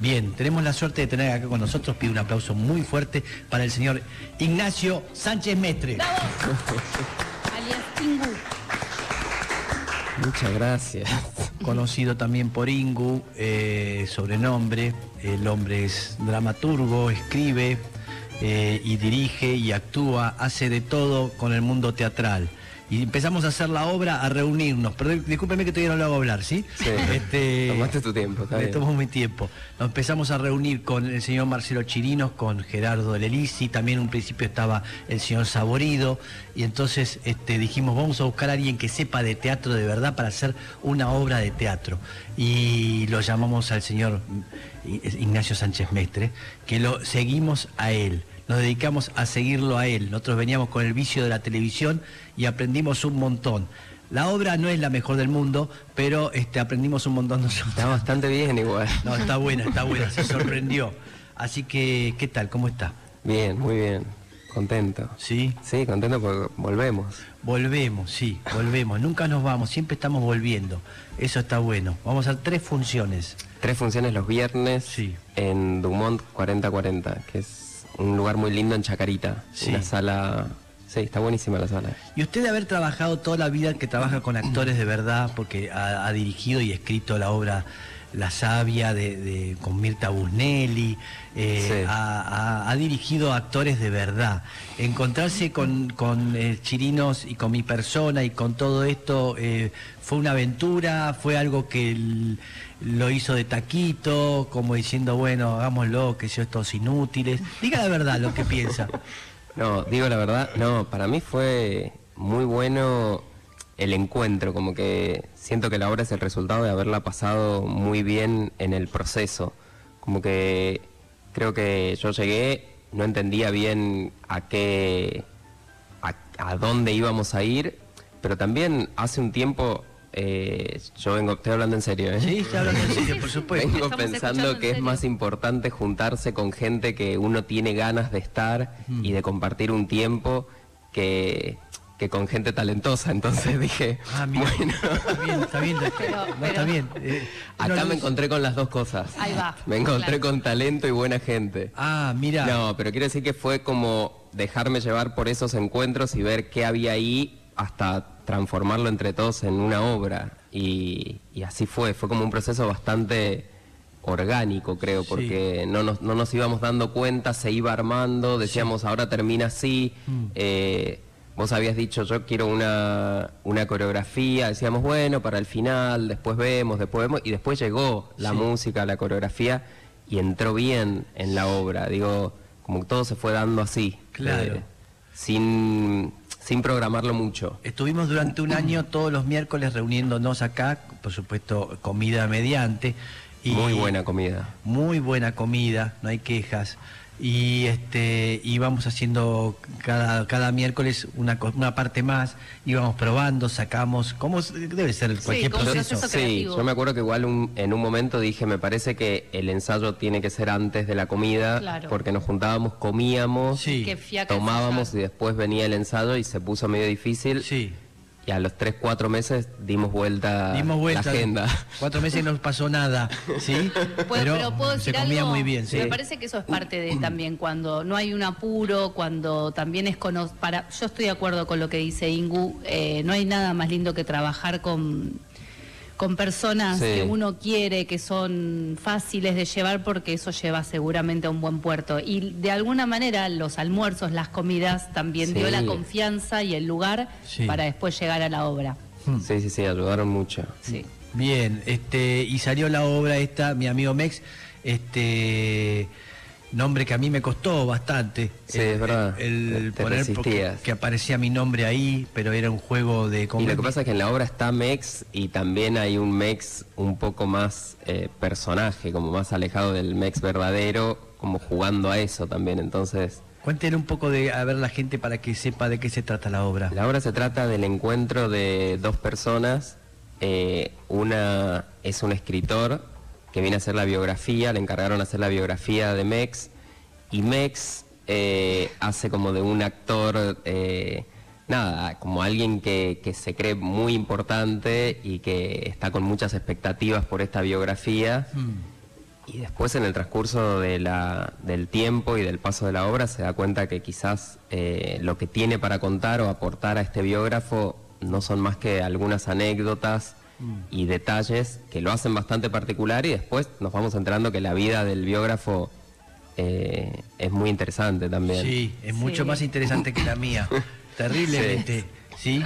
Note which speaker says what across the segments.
Speaker 1: Bien, tenemos la suerte de tener acá con nosotros. Pido un aplauso muy fuerte para el señor Ignacio Sánchez Mestre.
Speaker 2: ¡Bravo! Alias Pingu.
Speaker 3: Muchas gracias.
Speaker 1: Conocido también por Ingu, eh, sobrenombre. El hombre es dramaturgo, escribe eh, y dirige y actúa, hace de todo con el mundo teatral y empezamos a hacer la obra, a reunirnos. Pero discúlpeme que todavía no lo hago hablar, ¿sí?
Speaker 3: Sí.
Speaker 1: Este,
Speaker 3: Tomaste tu tiempo, está
Speaker 1: Me
Speaker 3: bien.
Speaker 1: tomo mi tiempo. Nos empezamos a reunir con el señor Marcelo Chirinos, con Gerardo Lelisi, también en un principio estaba el señor Saborido, y entonces este, dijimos, vamos a buscar a alguien que sepa de teatro de verdad para hacer una obra de teatro. Y lo llamamos al señor Ignacio Sánchez Mestre, que lo seguimos a él nos dedicamos a seguirlo a él. Nosotros veníamos con el vicio de la televisión y aprendimos un montón. La obra no es la mejor del mundo, pero este, aprendimos un montón nosotros.
Speaker 3: Está bastante bien igual.
Speaker 1: No, está buena, está buena, se sorprendió. Así que, ¿qué tal? ¿Cómo está?
Speaker 3: Bien, muy bien. Contento.
Speaker 1: ¿Sí?
Speaker 3: Sí, contento porque volvemos.
Speaker 1: Volvemos, sí, volvemos. Nunca nos vamos, siempre estamos volviendo. Eso está bueno. Vamos a hacer tres funciones.
Speaker 3: Tres funciones los viernes
Speaker 1: Sí.
Speaker 3: en Dumont 4040, que es un lugar muy lindo en Chacarita.
Speaker 1: Sí.
Speaker 3: Una sala... Sí, está buenísima la sala.
Speaker 1: Y usted de haber trabajado toda la vida que trabaja con actores de verdad, porque ha, ha dirigido y escrito la obra La Sabia de, de- con Mirta Busnelli, eh,
Speaker 3: Sí.
Speaker 1: ha, ha- ha dirigido a actores de verdad. Encontrarse con, con, eh, Chirinos y con mi persona y con todo esto eh, fue una aventura, fue algo que l- lo hizo de taquito, como diciendo, bueno, hagámoslo, que son estos inútiles. Diga la verdad lo que piensa.
Speaker 3: No, digo la verdad, no, para mí fue muy bueno el encuentro, como que siento que la obra es el resultado de haberla pasado muy bien en el proceso. Como que creo que yo llegué, no entendía bien a qué, a, a dónde íbamos a ir, pero también hace un tiempo, eh, yo vengo, estoy hablando en serio, ¿eh?
Speaker 1: Sí, está hablando en serio, por supuesto.
Speaker 3: Vengo
Speaker 2: Pues, Estamos escuchando en
Speaker 3: pensando que es
Speaker 2: serio.
Speaker 3: más importante juntarse con gente que uno tiene ganas de estar y de compartir un tiempo que, que con gente talentosa. Entonces dije,
Speaker 1: Ah, mira.
Speaker 3: bueno,
Speaker 1: Está bien, está bien.
Speaker 2: Pero-
Speaker 1: no,
Speaker 2: pero-
Speaker 1: está bien. eh, no,
Speaker 3: acá
Speaker 1: no,
Speaker 3: me encontré con las dos cosas.
Speaker 2: Ahí va,
Speaker 3: Me encontré
Speaker 2: claro.
Speaker 3: con talento y buena gente.
Speaker 1: Ah, mira.
Speaker 3: No, pero quiero decir que fue como dejarme llevar por esos encuentros y ver qué había ahí hasta transformarlo entre todos en una obra. Y, y así fue, fue como un proceso bastante orgánico, creo,
Speaker 1: Sí.
Speaker 3: porque no, nos, no nos íbamos dando cuenta, se iba armando, decíamos, ahora termina así. eh, Vos habías dicho, yo quiero una, una coreografía, decíamos, bueno, para el final, después vemos, después vemos, y después llegó la
Speaker 1: Sí.
Speaker 3: música, la coreografía, y entró bien en la obra. Digo, como que todo se fue dando así.
Speaker 1: Claro.
Speaker 3: sin, sin programarlo mucho.
Speaker 1: Estuvimos durante un año todos los miércoles reuniéndonos acá, por supuesto, comida mediante. Y
Speaker 3: Muy buena comida.
Speaker 1: Muy buena comida, no hay quejas. Y este íbamos haciendo cada, cada miércoles una, co- una parte más, íbamos probando, sacamos, como debe ser cualquier
Speaker 2: como
Speaker 1: proceso.
Speaker 2: proceso
Speaker 3: sí,
Speaker 2: creativo.
Speaker 3: yo me acuerdo que igual un- en un momento dije, me parece que el ensayo tiene que ser antes de la comida,
Speaker 2: Claro.
Speaker 3: porque nos juntábamos, comíamos,
Speaker 1: Sí.
Speaker 2: Que fiaca
Speaker 3: tomábamos y
Speaker 2: ensayar.
Speaker 3: después venía el ensayo y se puso medio difícil.
Speaker 1: Sí.
Speaker 3: Y a los 3, 4 meses dimos vuelta,
Speaker 1: Dimos vuelta.
Speaker 3: Ah, la agenda.
Speaker 1: Cuatro meses no pasó nada, ¿sí?
Speaker 2: Puedo- Pues, pero, puedo
Speaker 1: se
Speaker 2: decir
Speaker 1: comía
Speaker 2: algo?
Speaker 1: muy bien, sí.
Speaker 2: Me parece que eso es parte de también cuando no hay un apuro, cuando también es cono- para yo estoy de acuerdo con lo que dice Ingu, eh, no hay nada más lindo que trabajar con con personas
Speaker 3: Sí.
Speaker 2: que uno quiere, que son fáciles de llevar porque eso lleva seguramente a un buen puerto y de alguna manera los almuerzos, las comidas también
Speaker 3: Sí.
Speaker 2: dio la confianza y el lugar
Speaker 1: Sí.
Speaker 2: para después llegar a la obra.
Speaker 1: Hmm.
Speaker 3: sí, sí, sí, ayudaron mucho.
Speaker 2: Sí.
Speaker 1: Bien, este, y salió la obra esta, mi amigo Mex, este nombre que a mí me costó bastante.
Speaker 3: Sí, es verdad,
Speaker 1: El, el
Speaker 3: te
Speaker 1: poner porque-
Speaker 3: resistías.
Speaker 1: que aparecía mi nombre ahí, pero era un juego de
Speaker 3: Y lo que
Speaker 1: conven-
Speaker 3: pasa es que en la obra está Mex y también hay un Mex un poco más eh, personaje, como más alejado del Mex verdadero, como jugando a eso también. Entonces,
Speaker 1: Cuéntenle un poco de a ver la gente para que sepa de qué se trata la obra.
Speaker 3: la obra se trata del encuentro de dos personas. Eh, una es un escritor que viene a hacer la biografía, le encargaron hacer la biografía de Mex y Mex eh, hace como de un actor, eh, nada, como alguien que, que se cree muy importante y que está con muchas expectativas por esta biografía. Y después en el transcurso de la- del tiempo y del paso de la obra se da cuenta que quizás eh, lo que tiene para contar o aportar a este biógrafo no son más que algunas anécdotas
Speaker 1: Mm.
Speaker 3: y detalles que lo hacen bastante particular y después nos vamos enterando que la vida del biógrafo eh, es muy interesante también.
Speaker 1: Sí, es mucho
Speaker 2: Sí.
Speaker 1: más interesante que la mía. Terriblemente, ¿sí?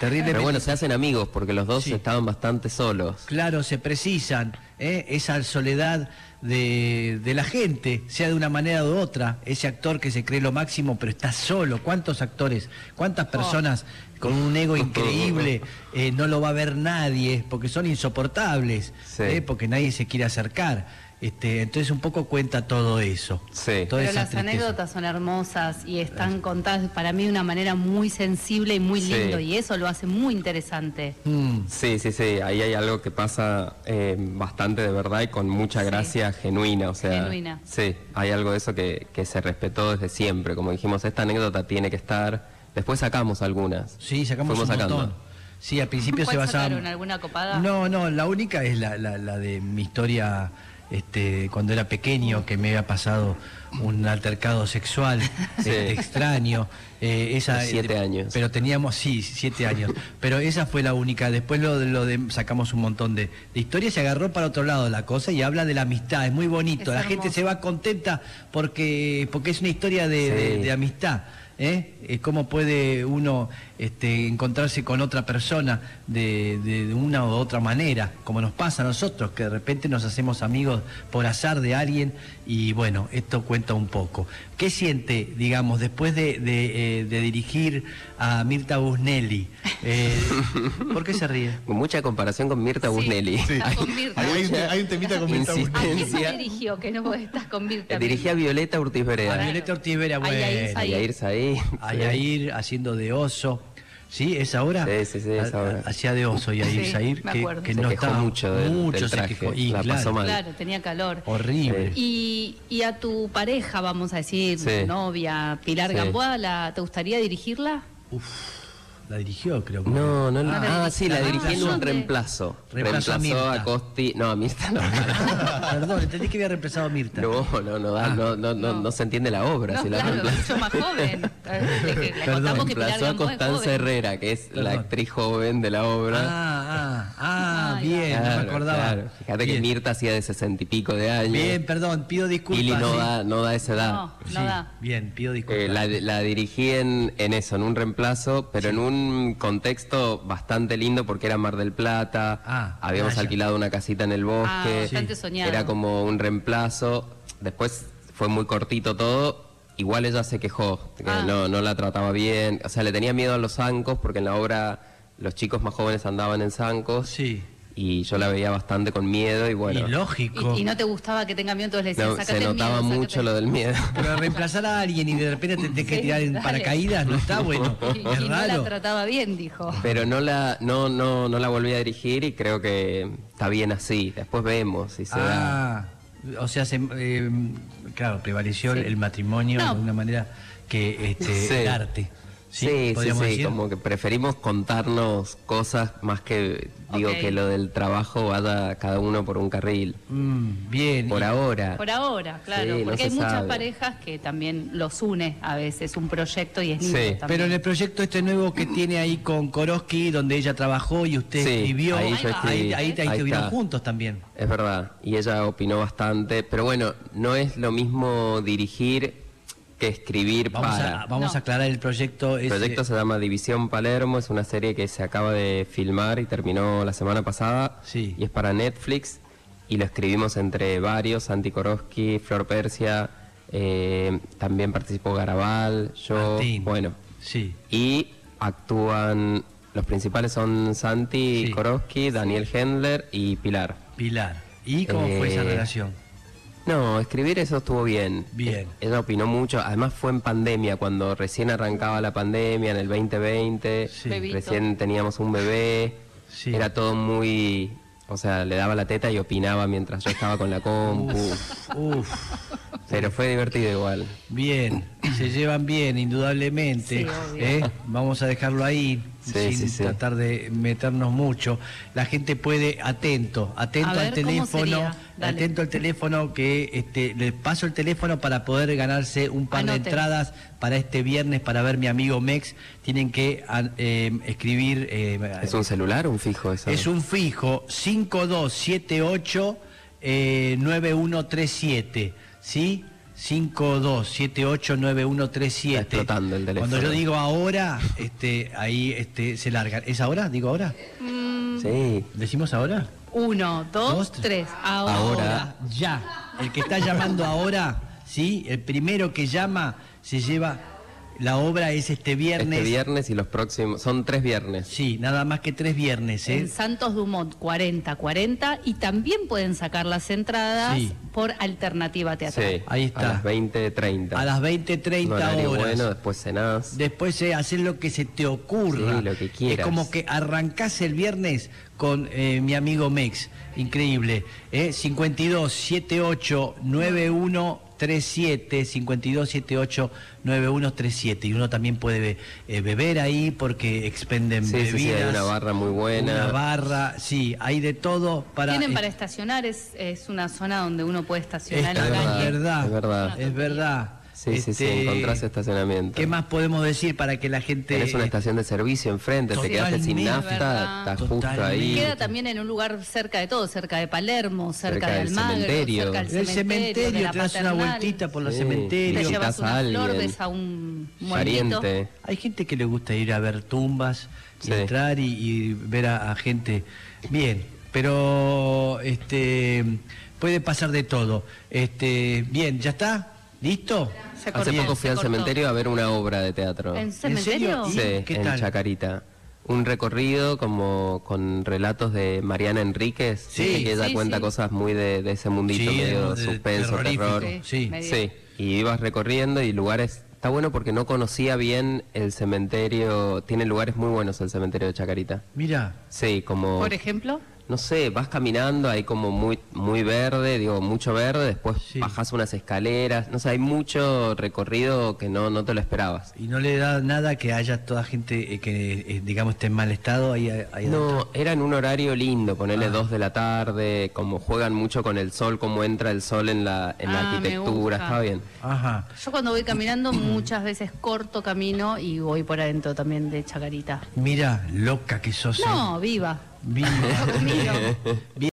Speaker 1: Terriblemente.
Speaker 3: Pero bueno, se hacen amigos porque los dos
Speaker 1: Sí.
Speaker 3: estaban bastante solos.
Speaker 1: Claro, se precisan. ¿eh? Esa soledad de, de la gente, sea de una manera u otra. Ese actor que se cree lo máximo, pero está solo. ¿Cuántos actores,
Speaker 3: Oh.
Speaker 1: cuántas personas con un ego increíble eh, no lo va a ver nadie? Porque son insoportables,
Speaker 3: Sí.
Speaker 1: ¿eh? porque nadie se quiere acercar. Este, entonces un poco cuenta todo eso.
Speaker 3: Sí.
Speaker 1: Toda
Speaker 2: Pero
Speaker 1: esa
Speaker 2: las
Speaker 1: tristeza.
Speaker 2: anécdotas son hermosas y están contadas para mí de una manera muy sensible y muy
Speaker 3: Sí.
Speaker 2: lindo y eso lo hace muy interesante.
Speaker 1: Mm.
Speaker 3: Sí, sí, sí, ahí hay algo que pasa eh, bastante de verdad y con mucha gracia genuina, o sea,
Speaker 2: Genuina.
Speaker 3: sí, hay algo de eso que, que se respetó desde siempre, como dijimos, esta anécdota tiene que estar, después sacamos algunas.
Speaker 1: Sí, sacamos
Speaker 3: Fuimos
Speaker 1: un
Speaker 3: sacando.
Speaker 1: montón. Sí, al principio se
Speaker 2: ¿Cuál
Speaker 1: basaba.
Speaker 2: sacaron? ¿Alguna copada?
Speaker 1: No, no, la única es la, la- la de mi historia este, cuando era pequeño, que me había pasado un altercado sexual
Speaker 3: Sí.
Speaker 1: este, extraño. Eh, esa,
Speaker 3: De siete años.
Speaker 1: Pero teníamos, sí, siete años. Pero esa fue la única. Después lo, de- lo de, sacamos un montón de, de historias, se agarró para otro lado la cosa y habla de la amistad. Es muy bonito.
Speaker 2: Es
Speaker 1: la gente
Speaker 2: hermoso.
Speaker 1: se va contenta porque, porque es una historia de, de-
Speaker 3: Sí.
Speaker 1: de amistad. ¿eh? Eh, ¿Cómo puede uno este, encontrarse con otra persona de, de- de una u otra manera? Como nos pasa a nosotros, que de repente nos hacemos amigos por azar de alguien y bueno, esto cuenta un poco. ¿Qué siente, digamos, después de, de, eh, de dirigir a Mirta Busnelli? Eh, ¿Por qué se ríe?
Speaker 3: Con mucha comparación con Mirta
Speaker 2: Sí,
Speaker 3: Busnelli.
Speaker 2: está
Speaker 3: Hay-
Speaker 2: con Mirta.
Speaker 3: hay
Speaker 4: Hay un-
Speaker 3: mucha
Speaker 4: hay un temita con Mirta
Speaker 2: ¿A quién se
Speaker 3: insistencia.
Speaker 2: dirigió? Que no vos estás con Mirta.
Speaker 3: Eh, Dirigía a Violeta Ortiz
Speaker 1: A
Speaker 3: Vereda.
Speaker 1: Violeta Ortiz Vera,
Speaker 2: Ay, ahí
Speaker 1: bueno.
Speaker 2: está.
Speaker 3: Ay, a irse ahí.
Speaker 1: a Yair haciendo de oso. ¿Sí? ¿Es ahora?
Speaker 3: Sí, sí, sí, es
Speaker 1: Ha-
Speaker 3: ahora.
Speaker 1: Hacía de oso Yair
Speaker 2: Sí,
Speaker 1: Zair,
Speaker 2: me
Speaker 1: que,
Speaker 2: acuerdo.
Speaker 1: que
Speaker 3: Se
Speaker 1: no
Speaker 3: quejó
Speaker 1: estaba
Speaker 3: mucho del- del
Speaker 1: mucho se
Speaker 3: traje,
Speaker 1: quejó. Y
Speaker 3: la
Speaker 1: claro,
Speaker 3: pasó mal.
Speaker 2: Claro, tenía calor.
Speaker 1: horrible.
Speaker 2: Y, y a tu pareja, vamos a decir,
Speaker 3: Sí.
Speaker 2: novia, Pilar
Speaker 3: Sí.
Speaker 2: Gamboa, la, ¿te gustaría dirigirla?
Speaker 1: La dirigió, creo. que.
Speaker 3: No, no, no.
Speaker 2: Ah,
Speaker 3: Ah, sí, la
Speaker 2: ¿la
Speaker 3: dirigí en un
Speaker 2: dónde?
Speaker 3: reemplazo.
Speaker 1: Reemplazó a
Speaker 3: Reemplazó a
Speaker 1: Mirta.
Speaker 3: Costi. No, a Mirta no.
Speaker 1: Ah, Perdón, entendí que había reemplazado a Mirta.
Speaker 3: No, no, no, da- no, no, no,
Speaker 2: no.
Speaker 3: no se entiende la obra.
Speaker 2: No,
Speaker 3: si la
Speaker 2: claro,
Speaker 3: reemplaza-
Speaker 2: mucho más joven. Le- le- Le
Speaker 1: Perdón.
Speaker 2: contamos que Pilar
Speaker 3: Reemplazó a
Speaker 2: Gamboa es
Speaker 3: Constanza
Speaker 2: joven.
Speaker 3: Herrera, que es la
Speaker 1: Perdón.
Speaker 3: actriz joven de la obra.
Speaker 1: Ah, ah, ah,
Speaker 2: Ay,
Speaker 1: bien, no me acordaba.
Speaker 3: claro. Fíjate que
Speaker 1: bien,
Speaker 3: Mirta hacía de sesenta y pico de años.
Speaker 1: bien, perdón, pido disculpas.
Speaker 3: Pili no
Speaker 1: sí.
Speaker 3: da, no da esa edad.
Speaker 2: No, no
Speaker 1: Sí,
Speaker 2: da.
Speaker 1: Bien, pido disculpas.
Speaker 3: Eh, la, la dirigí en, en eso, en un reemplazo, pero en un contexto bastante lindo porque era Mar del Plata,
Speaker 1: Ah,
Speaker 3: habíamos
Speaker 1: playa.
Speaker 3: alquilado una casita en el bosque,
Speaker 2: Ah, bastante Sí. soñado.
Speaker 3: era como un reemplazo, después fue muy cortito todo, igual ella se quejó, que
Speaker 2: Ah.
Speaker 3: no, no la trataba bien, o sea, le tenía miedo a los zancos porque en la obra los chicos más jóvenes andaban en zancos
Speaker 1: Sí.
Speaker 3: y yo la veía bastante con miedo y bueno,
Speaker 1: y lógico.
Speaker 2: Y, y no te gustaba que tenga miedo, entonces le decías,
Speaker 3: no,
Speaker 2: sácate
Speaker 3: se
Speaker 2: el
Speaker 3: notaba
Speaker 2: miedo,
Speaker 3: mucho
Speaker 2: sácate".
Speaker 3: lo del miedo.
Speaker 1: Pero reemplazar a alguien y de repente te tenés que
Speaker 2: Sí,
Speaker 1: tirar en
Speaker 2: dale.
Speaker 1: paracaídas no está bueno.
Speaker 2: Y,
Speaker 1: es
Speaker 2: y no
Speaker 1: raro.
Speaker 2: la trataba bien, dijo.
Speaker 3: Pero no la, no, no, no la volví a dirigir y creo que está bien así. Después vemos si se da.
Speaker 1: Ah, o sea, se, eh, claro, prevaleció el- el matrimonio
Speaker 2: No.
Speaker 1: de una manera que este,
Speaker 3: Sí.
Speaker 1: el arte. Sí,
Speaker 3: Sí, sí,
Speaker 1: podríamos
Speaker 3: sí,
Speaker 1: decir.
Speaker 3: como que preferimos contarnos cosas más que, digo,
Speaker 2: Ok.
Speaker 3: que lo del trabajo vaya cada uno por un carril.
Speaker 1: Mm, bien.
Speaker 3: Por
Speaker 1: Y-
Speaker 3: ahora.
Speaker 2: Por ahora, claro,
Speaker 3: Sí, no
Speaker 2: porque
Speaker 3: se
Speaker 2: hay muchas
Speaker 3: sabe.
Speaker 2: parejas que también los une a veces un proyecto y es lindo
Speaker 3: Sí.
Speaker 2: también.
Speaker 1: Pero en el proyecto este nuevo que tiene ahí con Koroski, donde ella trabajó y usted
Speaker 3: Sí,
Speaker 1: escribió,
Speaker 3: ahí
Speaker 2: yo escribí.
Speaker 1: ahí, ahí- ahí
Speaker 3: Ahí
Speaker 1: estuvieron
Speaker 3: está.
Speaker 1: juntos también.
Speaker 3: Es verdad, y ella opinó bastante, pero bueno, no es lo mismo dirigir que escribir
Speaker 1: Vamos,
Speaker 3: para.
Speaker 1: a, vamos
Speaker 2: No.
Speaker 1: a aclarar el proyecto.
Speaker 3: El
Speaker 1: ese.
Speaker 3: proyecto se llama División Palermo, es una serie que se acaba de filmar y terminó la semana pasada.
Speaker 1: Sí.
Speaker 3: Y es para Netflix y lo escribimos entre varios, Santi Koroski, Flor Persia, eh, también participó Garabal, yo,
Speaker 1: Martín.
Speaker 3: bueno.
Speaker 1: Sí.
Speaker 3: Y actúan, los principales son Santi
Speaker 1: Sí.
Speaker 3: Koroski, Daniel Hendler y Pilar.
Speaker 1: Pilar. ¿Y cómo fue esa
Speaker 3: Eh,
Speaker 1: relación?
Speaker 3: No, escribir eso estuvo bien.
Speaker 1: Bien.
Speaker 3: Eh, Ella opinó mucho. Además fue en pandemia, cuando recién arrancaba la pandemia, en el 2020.
Speaker 1: Sí.
Speaker 2: Bebito.
Speaker 3: Recién teníamos un bebé.
Speaker 1: Sí.
Speaker 3: Era todo muy... O sea, le daba la teta y opinaba mientras yo estaba con la compu.
Speaker 1: Uf,
Speaker 3: Pero fue divertido igual.
Speaker 1: bien. se llevan bien, indudablemente.
Speaker 2: Sí, obvio.
Speaker 1: ¿eh? Vamos a dejarlo ahí.
Speaker 3: Sí,
Speaker 1: sin
Speaker 3: sí, sí.
Speaker 1: tratar de meternos mucho. La gente puede, atento, atento
Speaker 2: A ver,
Speaker 1: al
Speaker 2: ¿cómo
Speaker 1: teléfono,
Speaker 2: sería? Dale.
Speaker 1: atento al teléfono que este, les paso el teléfono para poder ganarse un par de
Speaker 2: Anoten.
Speaker 1: entradas para este viernes para ver mi amigo Mex. Tienen que a- eh, escribir eh,
Speaker 3: ¿Es un celular o un fijo eso?
Speaker 1: es un fijo 5278 eh, 9137, ¿sí? 5278 9137.
Speaker 3: Está explotando el teléfono.
Speaker 1: Cuando yo digo ahora, este ahí este se largan. ¿Es ahora? ¿Digo ahora?
Speaker 3: Sí.
Speaker 1: ¿Decimos ahora?
Speaker 2: Uno, dos,
Speaker 1: Dos,
Speaker 2: tres. Ahora.
Speaker 3: Ahora.
Speaker 1: Ya. El que está llamando ahora, ¿sí? El primero que llama se lleva la obra es este viernes.
Speaker 3: Este viernes y los próximos. Son tres viernes.
Speaker 1: Sí, nada más que tres viernes, ¿eh?
Speaker 2: En Santos Dumont 4040 y también pueden sacar las entradas
Speaker 1: Sí.
Speaker 2: por alternativa teatral.
Speaker 3: Sí.
Speaker 1: Ahí está.
Speaker 3: A las 20.30.
Speaker 1: A las 20:30
Speaker 3: Un horario
Speaker 1: horas.
Speaker 3: bueno, después cenás.
Speaker 1: Después eh, hacer lo que se te ocurra.
Speaker 3: Sí, lo que quieras.
Speaker 1: Es como que arrancás el viernes con eh, mi amigo Mex. Increíble. ¿eh? 52 78 91 37 52 78 91 37 y uno también puede be- eh, beber ahí porque expenden
Speaker 3: Sí, sí,
Speaker 1: bebidas
Speaker 3: sí, hay una barra muy buena.
Speaker 1: una barra sí hay de todo para
Speaker 2: Tienen para estacionar, es, es una zona donde uno puede estacionar
Speaker 1: eh, Esta-
Speaker 2: en la
Speaker 3: verdad,
Speaker 1: es verdad
Speaker 2: calle.
Speaker 3: es verdad.
Speaker 1: es verdad
Speaker 3: Sí, sí, sí,
Speaker 1: Este,
Speaker 3: encontrás estacionamiento.
Speaker 1: qué más podemos decir para que la gente
Speaker 3: Tenés una
Speaker 1: este,
Speaker 3: estación de servicio enfrente, te quedaste sin
Speaker 1: Totalmente.
Speaker 3: nafta,
Speaker 2: Verdad.
Speaker 3: estás justo
Speaker 1: Totalmente.
Speaker 3: ahí.
Speaker 2: Queda también en un lugar cerca de todo, cerca de Palermo, cerca,
Speaker 3: Cerca
Speaker 2: de
Speaker 3: del
Speaker 2: Almagro,
Speaker 3: cementerio.
Speaker 2: cerca del
Speaker 1: El
Speaker 2: cementerio, de
Speaker 1: cementerio,
Speaker 2: la
Speaker 1: te das una
Speaker 2: Paternal.
Speaker 1: vueltita por los
Speaker 3: Sí,
Speaker 2: Te
Speaker 1: cementerios.
Speaker 3: Visitas
Speaker 2: llevas
Speaker 3: a
Speaker 2: una flor,
Speaker 3: alguien.
Speaker 2: ves a un muertito.
Speaker 3: Pariente.
Speaker 1: Hay gente que le gusta ir a ver tumbas, y
Speaker 3: Sí.
Speaker 1: entrar y, y ver a, a gente. Bien, pero este puede pasar de todo. Este, bien, ¿ya está? ¿Listo?
Speaker 2: Se cortó,
Speaker 3: Hace poco fui
Speaker 2: se
Speaker 3: al
Speaker 2: cortó.
Speaker 3: cementerio a ver una obra de teatro.
Speaker 2: ¿En
Speaker 1: serio?
Speaker 2: cementerio?
Speaker 1: ¿Y
Speaker 3: Sí,
Speaker 1: qué
Speaker 3: en
Speaker 1: tal?
Speaker 3: Chacarita. Un recorrido como con relatos de Mariana Enríquez,
Speaker 1: Sí.
Speaker 3: viste que ella
Speaker 2: Sí,
Speaker 3: cuenta
Speaker 2: sí.
Speaker 3: cosas muy de, de ese mundito
Speaker 1: Sí,
Speaker 3: medio
Speaker 1: de- de-
Speaker 3: suspenso,
Speaker 1: terrorífico.
Speaker 3: terror.
Speaker 1: Sí.
Speaker 2: medio-
Speaker 3: Sí, y ibas recorriendo y lugares... Está bueno porque no conocía bien el cementerio, tiene lugares muy buenos el cementerio de Chacarita.
Speaker 1: Mira,
Speaker 3: Sí, como...
Speaker 2: Por ejemplo,
Speaker 3: No sé, vas caminando, hay como muy, muy verde, digo, mucho verde, después
Speaker 1: Sí.
Speaker 3: bajas unas escaleras, no sé, hay mucho recorrido que no, no te lo esperabas.
Speaker 1: y no le da nada que haya toda gente eh, que, eh, digamos, esté en mal estado ahí, ahí adentro.
Speaker 3: No, era en un horario lindo, ponerle
Speaker 1: Ah.
Speaker 3: 2 de la tarde, como juegan mucho con el sol, cómo entra el sol en la, en la
Speaker 2: Ah, me gusta.
Speaker 3: arquitectura, está bien.
Speaker 1: Ajá.
Speaker 2: yo cuando voy caminando muchas veces corto camino y voy por adentro también de Chacarita.
Speaker 1: Mira, loca que sos. eh.
Speaker 2: No, viva.
Speaker 1: Mira.
Speaker 2: Miro.
Speaker 1: Bien.